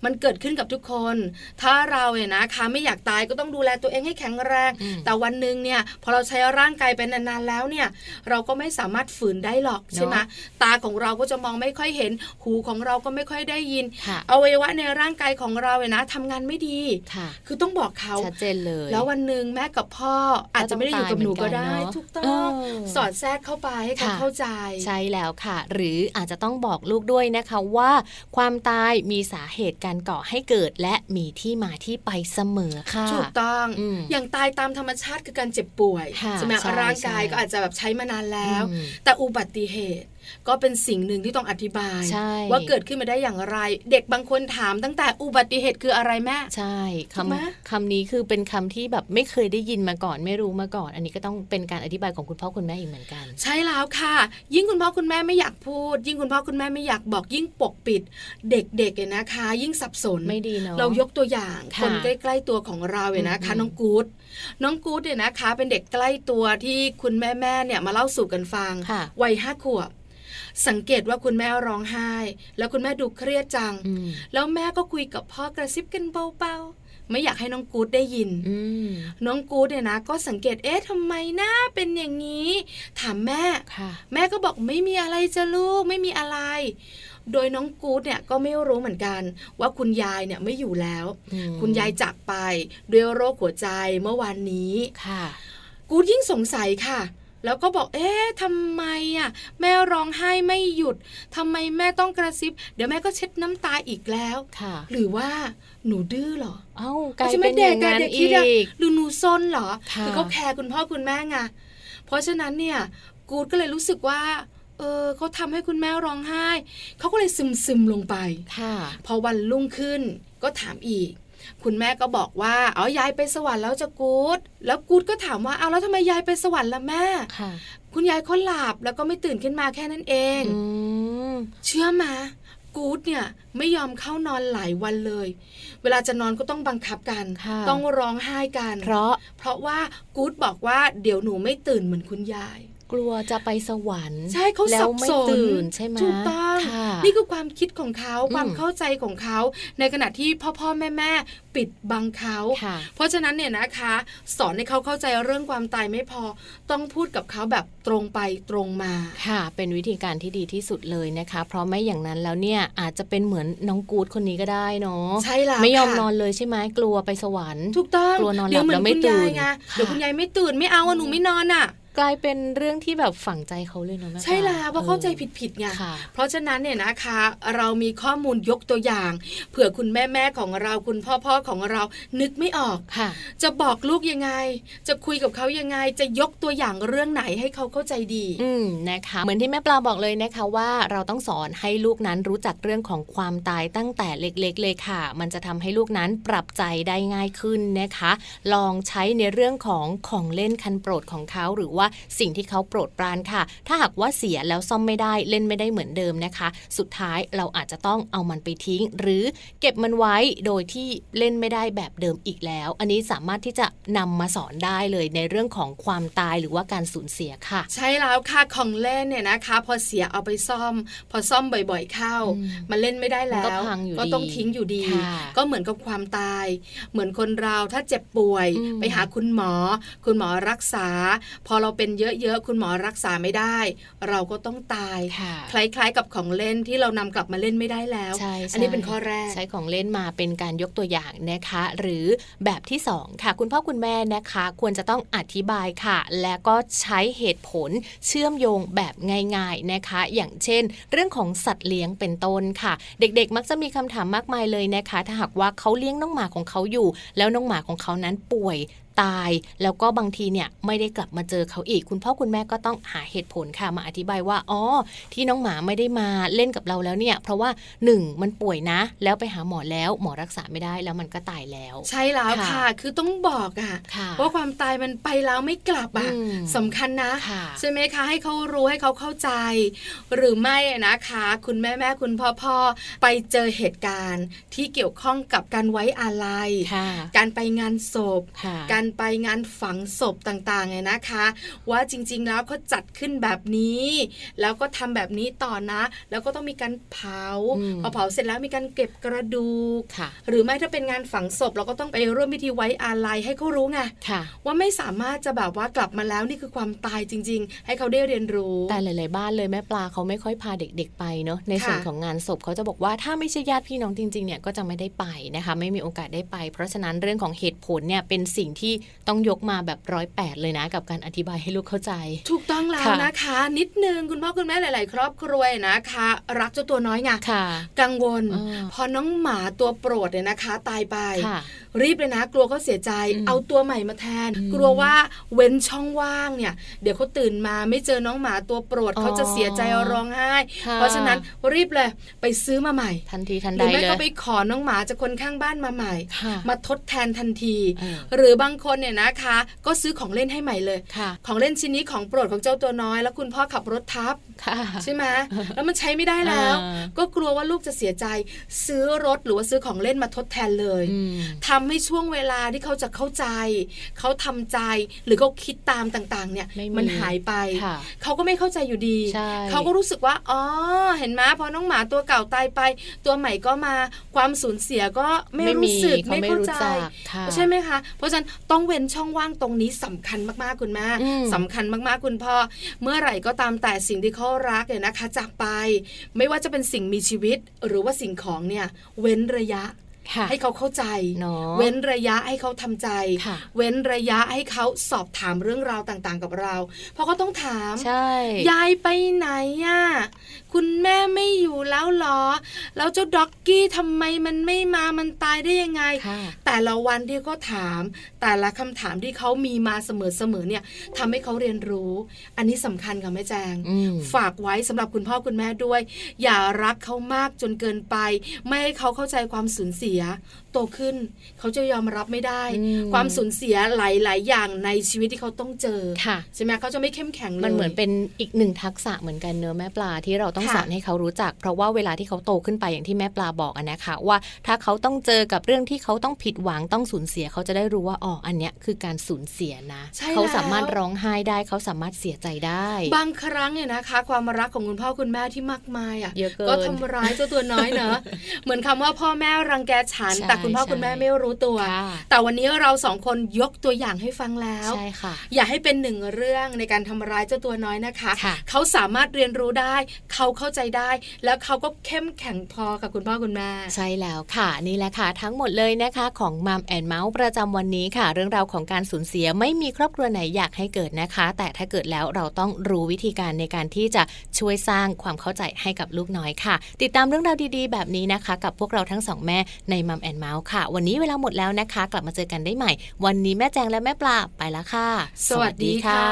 [SPEAKER 2] มันเกิดขึ้นกับทุกคน ถ้าเราเนี่ยนะคะไม่อยากตายก็ต้องดูแลตัวเองให้แข็งแรง
[SPEAKER 1] อืม
[SPEAKER 2] แต่วันหนึ่งเนี่ยพอเราใช้ร่างกายเป็นนานๆแล้วเนี่ยเราก็ไม่สามารถฝืนได้หรอกใช่ไหม
[SPEAKER 1] เนอะ
[SPEAKER 2] ตาของเราก็จะมองไม่ค่อยเห็น หูของเราก็ไม่ค่อยได้ยิน
[SPEAKER 1] ค่ะ
[SPEAKER 2] อวัยวะในร่างกายของเราเนี่ยนะทำงานไม่ดี
[SPEAKER 1] ค่ะ
[SPEAKER 2] คือต้องบอกเขา
[SPEAKER 1] ชัดเจนเลย
[SPEAKER 2] แล้ววันหนึ่งแม่กับพ่ออาจจะไม่ได้อยู่กับหนูก็ได้
[SPEAKER 1] ก็ต้องตายเหมือนกันเนอะ
[SPEAKER 2] ถูกต้อง
[SPEAKER 1] เออ
[SPEAKER 2] สอดแทรกเข้าไปให้เขา
[SPEAKER 1] ค่ะ
[SPEAKER 2] เข้าใจ
[SPEAKER 1] ใช่แล้วค่ะ หรืออาจจะต้องบอกลูกด้วยนะคะว่า ความตายมีสาเหตุการก่อให้เกิดและมีที่มาที่ไปเสมอค่ะ
[SPEAKER 2] ถูกต้อง
[SPEAKER 1] อืม
[SPEAKER 2] อย่างตายตามธรรมชาติคือการเจ็บป่วย
[SPEAKER 1] ค่ะ
[SPEAKER 2] ใช่ไหม
[SPEAKER 1] ใช่
[SPEAKER 2] ร่างกาย
[SPEAKER 1] ใช่
[SPEAKER 2] ก็อาจจะแบบใช้มานานแล้ว
[SPEAKER 1] อืม
[SPEAKER 2] แต่อุบัติเหตุ ก็เป็นสิ่งหนึ่งที่ต้องอธิบาย
[SPEAKER 1] ใช่
[SPEAKER 2] ว่าเกิดขึ้นมาได้อย่างไร เด็กบางคนถามตั้งแต่อุบัติเหตุคืออะไรแม่
[SPEAKER 1] ใช่ค
[SPEAKER 2] ถูกไหม
[SPEAKER 1] ำคำนี้คือเป็นคำที่แบบไม่เคยได้ยินมาก่อนไม่รู้มาก่อน อันนี้ก็ต้องเป็นการอธิบายของคุณพ่อคุณแม่อีกเหมือนกัน
[SPEAKER 2] ใช่แล้วค่ะ ยิ่งคุณพ่อคุณแม่ไม่อยากพูด ยิ่งคุณพ่อคุณแม่ไม่อยากบอกยิ่งปกปิด เด็กๆเนี่ยนะคะ ยิ่งสับสน
[SPEAKER 1] ไม่ดีเนาะ
[SPEAKER 2] เรายกตัวอย่าง
[SPEAKER 1] ค่ะ
[SPEAKER 2] คนใกล้ ๆตัวของเราเนี่ยนะคะ
[SPEAKER 1] อืม
[SPEAKER 2] น้องกู๊ดน้องกู๊ดเนี่ยนะคะ เป็นเด็กใกล้ตัวที่คุณแม่ๆเนี่ยมาเล่าสู่กันฟัง
[SPEAKER 1] ค่ะ
[SPEAKER 2] วัยห้าขวบ สังเกตว่าคุณแม่ร้องไห้ แล้วคุณแม่ดูเครียดจัง
[SPEAKER 1] อืม
[SPEAKER 2] แล้วแม่ก็คุยกับพ่อกระซิบกันเบาๆไม่อยากให้น้องกู๊ดได้ยิน
[SPEAKER 1] อืม
[SPEAKER 2] น้องกู๊ดเนี่ยนะ ก็สังเกตเอ๊ะทำไมหน้าเป็นอย่างนี้ ถามแม่
[SPEAKER 1] ค่ะ
[SPEAKER 2] แม่ก็บอกไม่มีอะไรจะลูกไม่มีอะไร โดยน้องกู๊ดเนี่ยก็ไม่รู้เหมือนกัน ว่าคุณยายเนี่ยไม่อยู่แล้ว
[SPEAKER 1] อืม
[SPEAKER 2] คุณยายจากไปด้วยโรคหัวใจเมื่อวานนี้
[SPEAKER 1] ค่ะ
[SPEAKER 2] กูดยิ่งสงสัยค่ะ แล้วก็บอก เอ๊ะทำไมอ่ะ แม่ร้องไห้ไม่หยุดทำไมแม่ต้องกระซิบ เดี๋ยวแม่ก็เช็ดน้ำตาอีกแล้ว
[SPEAKER 1] ค่ะ
[SPEAKER 2] หรือว่าหนูดื้อเหรอ
[SPEAKER 1] เอ้ากลาย
[SPEAKER 2] ใช่ไหม
[SPEAKER 1] เป็นอย่าง
[SPEAKER 2] ะ
[SPEAKER 1] นั้น
[SPEAKER 2] คิ
[SPEAKER 1] อี
[SPEAKER 2] ดะ
[SPEAKER 1] ก
[SPEAKER 2] หรือหนูซนเหรอ
[SPEAKER 1] ค่ะ
[SPEAKER 2] อเขาแคร์คุณพ่อคุณแม่ไงเพราะฉะนั้นเนี่ยกูดก็เลยรู้สึกว่า เออเขาทำให้คุณแม่ร้องไห้เขาก็เลยซึมซึมๆลงไป
[SPEAKER 1] ค่ะ
[SPEAKER 2] พอวันรุ่งขึ้นก็ถามอีก คุณแม่ก็บอกว่าเอายายไปสวรรค์แล้วจะกูดแล้วกูดก็ถามว่าเอาแล้วทำไมยายไปสวรรค์ล่ะแม่
[SPEAKER 1] ค่ะ
[SPEAKER 2] คุณยายเขาหลับแล้วก็ไม่ตื่นขึ้นมาแค่นั้นเอง
[SPEAKER 1] อืม
[SPEAKER 2] เชื่อมากูดเนี่ยไม่ยอมเข้านอนหลายวันเลย เวลาจะนอนก็ต้องบังคับกัน
[SPEAKER 1] ค่ะ
[SPEAKER 2] ต้องร้องไห้กัน
[SPEAKER 1] เพราะ
[SPEAKER 2] เพราะว่ากูดบอกว่าเดี๋ยวหนูไม่ตื่นเหมือนคุณยาย
[SPEAKER 1] กลัวจะไปสวรรค์
[SPEAKER 2] ใช่เขา
[SPEAKER 1] แล้
[SPEAKER 2] สั
[SPEAKER 1] ว
[SPEAKER 2] บ
[SPEAKER 1] ไม่
[SPEAKER 2] สน
[SPEAKER 1] ตื่นใช่ไหม
[SPEAKER 2] ถูกต้อง
[SPEAKER 1] ค่ะ
[SPEAKER 2] นี่คือความคิดของเขา
[SPEAKER 1] อืม
[SPEAKER 2] ความเข้าใจของเขา ในขณะที่พ่อพ่อแม่แม่ปิดบังเขา
[SPEAKER 1] ค่ะ
[SPEAKER 2] เพราะฉะนั้นเนี่ยนะคะ สอนให้เขาเข้าใจเรื่องความตายไม่พอ ต้องพูดกับเขาแบบตรงไปตรงมา
[SPEAKER 1] ค่ะ เป็นวิธีการที่ดีที่สุดเลยนะคะ เพราะไม่อย่างนั้นแล้วเนี่ยอาจจะเป็นเหมือนน้องกูดคนนี้ก็ได้เนาะ
[SPEAKER 2] ใช่แล้ว
[SPEAKER 1] ไม่ยอม
[SPEAKER 2] ค่ะ
[SPEAKER 1] นอนเลยใช่ไหมกลัวไปสวรรค์
[SPEAKER 2] ถูกต้อง
[SPEAKER 1] กลัวนอนหลับ
[SPEAKER 2] เดี๋ยวเหมื
[SPEAKER 1] แล้
[SPEAKER 2] น
[SPEAKER 1] วไม่
[SPEAKER 2] คุณ
[SPEAKER 1] ตื่
[SPEAKER 2] ยาน ยไง
[SPEAKER 1] ค่ะ
[SPEAKER 2] เดี๋ยวคุณยายไม่ตื่นไม่เอาอะหนูไม่นอนอ่ะ
[SPEAKER 1] กลายเป็นเรื่องที่แบบฝังใจเขาเลยเนาะแม่ปลา
[SPEAKER 2] ใช่แล้วเพราะเข้าใจผิดๆไง
[SPEAKER 1] ค่ะ
[SPEAKER 2] เพราะฉะนั้นเนี่ยนะคะ เรามีข้อมูลยกตัวอย่างเผื่อคุณแม่แม่ๆของเราคุณพ่อพ่อๆของเรานึกไม่ออก
[SPEAKER 1] ค่ะ
[SPEAKER 2] จะบอกลูกยังไง จะคุยกับเขายังไง จะยกตัวอย่างเรื่องไหนให้เขาเข้าใจดี
[SPEAKER 1] อืมนะคะ เหมือนที่แม่ปลาบอกเลยนะคะว่าเราต้องสอนให้ลูกนั้นรู้จักเรื่องของความตายตั้งแต่เล็กๆเลยค่ะ มันจะทำให้ลูกนั้นปรับใจได้ง่ายขึ้นนะคะ ลองใช้ในเรื่องของของเล่นคันโปรดของเขา หรือว่าสิ่งที่เขาโปรดปรานค่ะ ถ้าหากว่าเสียแล้วซ่อมไม่ได้เล่นไม่ได้เหมือนเดิมนะคะ สุดท้ายเราอาจจะต้องเอามันไปทิ้ง หรือเก็บมันไว้โดยที่เล่นไม่ได้แบบเดิมอีกแล้ว อันนี้สามารถที่จะนำมาสอนได้เลยในเรื่องของความตายหรือว่าการสูญเสียค่ะ
[SPEAKER 2] ใช่แล้วค่ะของเล่นเนี่ยนะคะ พอเสียเอาไปซ่อม พอซ่อมบ่อยๆเข้า
[SPEAKER 1] อืม
[SPEAKER 2] มันเล่นไม่ได้แล้
[SPEAKER 1] มันก็
[SPEAKER 2] ว
[SPEAKER 1] พังอยู่
[SPEAKER 2] ต้อง
[SPEAKER 1] ดี
[SPEAKER 2] ทิ้งอยู่ดี
[SPEAKER 1] ค่ะ
[SPEAKER 2] ก็เหมือนกับความตาย เหมือนคนเราถ้าเจ็บป่วย
[SPEAKER 1] อืม
[SPEAKER 2] ไปหาคุณหมอ คุณหมอรักษา พอเราเป็นเยอะๆคุณหมอรักษาไม่ได้ เราก็ต้องตาย
[SPEAKER 1] ค่ะ
[SPEAKER 2] คล้ายๆ กับของเล่นที่เรานำกลับมาเล่นไม่ได้แล้ว
[SPEAKER 1] ใช่ใช่
[SPEAKER 2] อันี้เป็นข้อแรก
[SPEAKER 1] ใช้ของเล่นมาเป็นการยกตัวอย่างนะคะ หรือแบบที่สองค่ะ คุณพ่อคุณแม่นะคะ ควรจะต้องอธิบายค่ะ และก็ใช้เหตุผลเชื่อมโยงแบบง่าย ๆนะคะ อย่างเช่น เรื่องของสัตว์เลี้ยงเป็นต้นค่ะ เด็กๆ มักจะมีคำถามมากมายเลยนะคะ ถ้าหากว่าเขาเลี้ยงน้องหมาของเขาอยู่ แล้วน้องหมาของเขานั้นป่วยตาย แล้วก็บางทีเนี่ยไม่ได้กลับมาเจอเขาอีก คุณพ่อคุณแม่ก็ต้องหาเหตุผลค่ะมาอธิบายว่าอ๋อ ที่น้องหมาไม่ได้มาเล่นกับเราแล้วเนี่ย เพราะว่าหนึ่งมันป่วยนะ แล้วไปหาหมอแล้วหมอรักษาไม่ได้แล้วมันก็ตายแล้ว
[SPEAKER 2] ใช่แล้ว
[SPEAKER 1] ค่ะ
[SPEAKER 2] ค่ะ คือต้องบอกอะ
[SPEAKER 1] ค่ะ
[SPEAKER 2] ว่าความตายมันไปแล้วไม่กลับอะ
[SPEAKER 1] อืม
[SPEAKER 2] สำคัญนะ
[SPEAKER 1] ค่ะ
[SPEAKER 2] ใช่ไหมคะ ให้เขารู้ให้เขาเข้าใจ หรือไม่นะคะ คุณแม่แม่คุณพ่อพ่อไปเจอเหตุการณ์ที่เกี่ยวข้องกับการไว้อาลัย
[SPEAKER 1] ค่ะ
[SPEAKER 2] การไปงานศพ
[SPEAKER 1] ค่ะ
[SPEAKER 2] การไปงานฝังศพต่างๆไงนะคะ ว่าจริงๆแล้วเขาจัดขึ้นแบบนี้ แล้วก็ทำแบบนี้ต่อนะ แล้วก็ต้องมีการเผา
[SPEAKER 1] อืม
[SPEAKER 2] พอเผาเสร็จแล้วมีการเก็บกระดูก
[SPEAKER 1] ค่ะ
[SPEAKER 2] หรือไม่ถ้าเป็นงานฝังศพเราก็ต้องไปร่วมพิธีไว้อาลัยให้เขารู้ไง
[SPEAKER 1] ค่ะ
[SPEAKER 2] ว่าไม่สามารถจะแบบว่ากลับมาแล้วนี่คือความตายจริง ๆ ให้เขาได้เรียนรู้
[SPEAKER 1] แต่หลาย ๆ บ้านเลยแม่ปลาเขาไม่ค่อยพาเด็ก ๆ ไปเนาะใน
[SPEAKER 2] ค่ะ
[SPEAKER 1] ส่วนของงานศพเขาจะบอกว่าถ้าไม่ใช่ญาติพี่น้องจริง ๆ เนี่ยก็จะไม่ได้ไปนะคะ ไม่มีโอกาสได้ไป เพราะฉะนั้นเรื่องของเหตุผลเนี่ยเป็นสิ่งที่ต้องยกมาแบบร้อยแปดเลยนะ กับการอธิบายให้ลูกเข้าใจ
[SPEAKER 2] ถูกต้องแล้ว
[SPEAKER 1] ค่ะ
[SPEAKER 2] นะคะ นิดนึงคุณพ่อคุณแม่หลาย ๆ ครอบครัวนะคะ รักเจ้าตัวน้อยไง
[SPEAKER 1] ค่ะ
[SPEAKER 2] กังวล
[SPEAKER 1] อ่า
[SPEAKER 2] พอน้องหมาตัวโปรดเนี่ยนะคะ ตายไป
[SPEAKER 1] ค่ะ
[SPEAKER 2] รีบเลยนะ กลัวเขาเสียใจ
[SPEAKER 1] อืม
[SPEAKER 2] เอาตัวใหม่มาแทน
[SPEAKER 1] อืม
[SPEAKER 2] กลัวว่าเว้นช่องว่างเนี่ย เดี๋ยวเขาตื่นมาไม่เจอน้องหมาตัวโปรด
[SPEAKER 1] อ๋อ
[SPEAKER 2] เขาจะเสียใจร้องไห้
[SPEAKER 1] ค่
[SPEAKER 2] เพราะฉะนั้นรีบเลยไปซื้อมาใหม่
[SPEAKER 1] ทันทีทัน
[SPEAKER 2] ห
[SPEAKER 1] ใด
[SPEAKER 2] รือไม่
[SPEAKER 1] เล
[SPEAKER 2] ก็ไป
[SPEAKER 1] ย
[SPEAKER 2] ขอน้องหมาจากคนข้างบ้านมาใหม่
[SPEAKER 1] ค่ะ
[SPEAKER 2] มาทดแทนทันที
[SPEAKER 1] เออ
[SPEAKER 2] หรือบางคนเนี่ยนะคะ ก็ซื้อของเล่นให้ใหม่เลย
[SPEAKER 1] ค่ะ
[SPEAKER 2] ของเล่นชิ้นนี้ของโปรดของเจ้าตัวน้อย แล้วคุณพ่อขับรถทับ
[SPEAKER 1] ค่ะ
[SPEAKER 2] ใช่ไหมแล้วมันใช้ไม่ได้แล้ว
[SPEAKER 1] อ่า
[SPEAKER 2] ก็กลัวว่าลูกจะเสียใจ ซื้อรถหรือว่าซื้อของเล่นมาทดแทนเลย
[SPEAKER 1] อืม
[SPEAKER 2] ทำให้ช่วงเวลาที่เขาจะเข้าใจ เขาทำใจหรือเขาคิดตามต่างๆ เนี่ย
[SPEAKER 1] ไม่มี
[SPEAKER 2] นหายไป
[SPEAKER 1] ค่ะ
[SPEAKER 2] เขาก็ไม่เข้าใจอยู่ดี
[SPEAKER 1] ใช่
[SPEAKER 2] เขาก็รู้สึกว่า อ๋อ เห็นไหมพอน้องหมาตัวเก่าตายไป ตัวใหม่ก็มา ความสูญเสียก็ไม่รู้สึก
[SPEAKER 1] เขา
[SPEAKER 2] ไม่
[SPEAKER 1] ไม่
[SPEAKER 2] เข้า
[SPEAKER 1] รู้
[SPEAKER 2] ใจ
[SPEAKER 1] จักค่ะ
[SPEAKER 2] ใช่ไหมคะ เพราะฉะนั้นต้องเว้นช่องว่างตรงนี้สำคัญมากๆคุณแม่
[SPEAKER 1] อืม
[SPEAKER 2] สำคัญมากๆคุณพ่อ เมื่อไหร่ก็ตามแต่สิ่งที่เขารักเนี่ยนะคะ จากไป ไม่ว่าจะเป็นสิ่งมีชีวิตหรือว่าสิ่งของเนี่ย เว้นระยะ
[SPEAKER 1] ค่ะ
[SPEAKER 2] ให้เขาเข้าใจ
[SPEAKER 1] เนาะ
[SPEAKER 2] เว้นระยะให้เขาทำใจ
[SPEAKER 1] ค่ะ
[SPEAKER 2] เว้นระยะให้เขาสอบถามเรื่องราวต่างๆ กับเรา เพราะเขาต้องถาม
[SPEAKER 1] ใช่
[SPEAKER 2] ยายไปไหนอ่ะคุณแม่ไม่อยู่แล้วเหรอ แล้วเจ้าด็อกกี้ทำไมมันไม่มามันตายได้ยังไง
[SPEAKER 1] ค่ะ
[SPEAKER 2] แต่ละวันที่เขาถาม แต่ละคำถามที่เขามีมาเสมอๆเนี่ยทำให้เขาเรียนรู้ อันนี้สำคัญค่ะแม่แจง
[SPEAKER 1] อืม
[SPEAKER 2] ฝากไว้สำหรับคุณพ่อคุณแม่ด้วย อย่ารักเขามากจนเกินไป ไม่ให้เขาเข้าใจความสูญเสีย โตขึ้น เขาจะยอมรับไม่ได้
[SPEAKER 1] อืม
[SPEAKER 2] ความสูญเสียหลาย ๆ อย่างในชีวิตที่เขาต้องเจอ
[SPEAKER 1] ค่ะ
[SPEAKER 2] ใช่ไหมเขาจะไม่เข้มแข็งเลย
[SPEAKER 1] มันเหมือนเป็นอีกหนึ่งทักษะเหมือนกันเนอะแม่ปลาที่เราต้อง
[SPEAKER 2] ค่ะ
[SPEAKER 1] สอนให้เขารู้จัก เพราะว่าเวลาที่เขาโตขึ้นไปอย่างที่แม่ปลาบอกอะนะคะว่าถ้าเขาต้องเจอกับเรื่องที่เขาต้องผิดหวังต้องสูญเสียเขาจะได้รู้ว่าอ๋ออันเนี้ยคือการสูญเสียนะ
[SPEAKER 2] ใช่
[SPEAKER 1] เขา
[SPEAKER 2] แล้ว
[SPEAKER 1] สามารถร้องไห้ได้เขาสามารถเสียใจได้
[SPEAKER 2] บางครั้งเนี่ยนะคะ ความรักของคุณพ่อคุณแม่ที่มากมายอ่ะ
[SPEAKER 1] เยอะเกิน
[SPEAKER 2] ก็ทำร้ายเจ้าตัวน้อยเน อะ เหมือนคำว่าพ่อแม่รังแกฉัน
[SPEAKER 1] ใช่
[SPEAKER 2] แต่คุณพ่อ
[SPEAKER 1] ใช่
[SPEAKER 2] คุณแม่ไม่รู้ตัว
[SPEAKER 1] ค่ะ
[SPEAKER 2] แต่วันนี้เราสองคนยกตัวอย่างให้ฟังแล้ว
[SPEAKER 1] ใช่ค่ะ
[SPEAKER 2] อย่าให้เป็นหนึ่งเรื่องในการทำร้ายเจ้าตัวน้อยนะคะ
[SPEAKER 1] ค่ะ
[SPEAKER 2] เขาสามารถเรียนรู้ได้ เขาเข้าใจได้ แล้วเขาก็เข้มแข็งพอกับคุณพ่อคุณแม่
[SPEAKER 1] ใช่แล้วค่ะนี่แหละค่ะทั้งหมดเลยนะคะ ของมัมแอนเมาส์ประจำวันนี้ค่ะ เรื่องราวของการสูญเสียไม่มีครอบครัวไหนอยากให้เกิดนะคะ แต่ถ้าเกิดแล้วเราต้องรู้วิธีการในการที่จะช่วยสร้างความเข้าใจให้กับลูกน้อยค่ะ ติดตามเรื่องราวดีๆ แบบนี้นะคะ กับพวกเราทั้งสองแม่ในมัมแอนเมาส์ค่ะ วันนี้เวลาหมดแล้วนะคะ กลับมาเจอกันได้ใหม่ วันนี้แม่แจงและแม่ปลาไปแล้วค่ะ
[SPEAKER 2] สวัสดีค่ะ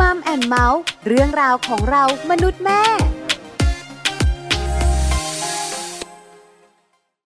[SPEAKER 5] มัมแอนเมาส์เรื่องราวของเรามนุษย์แม่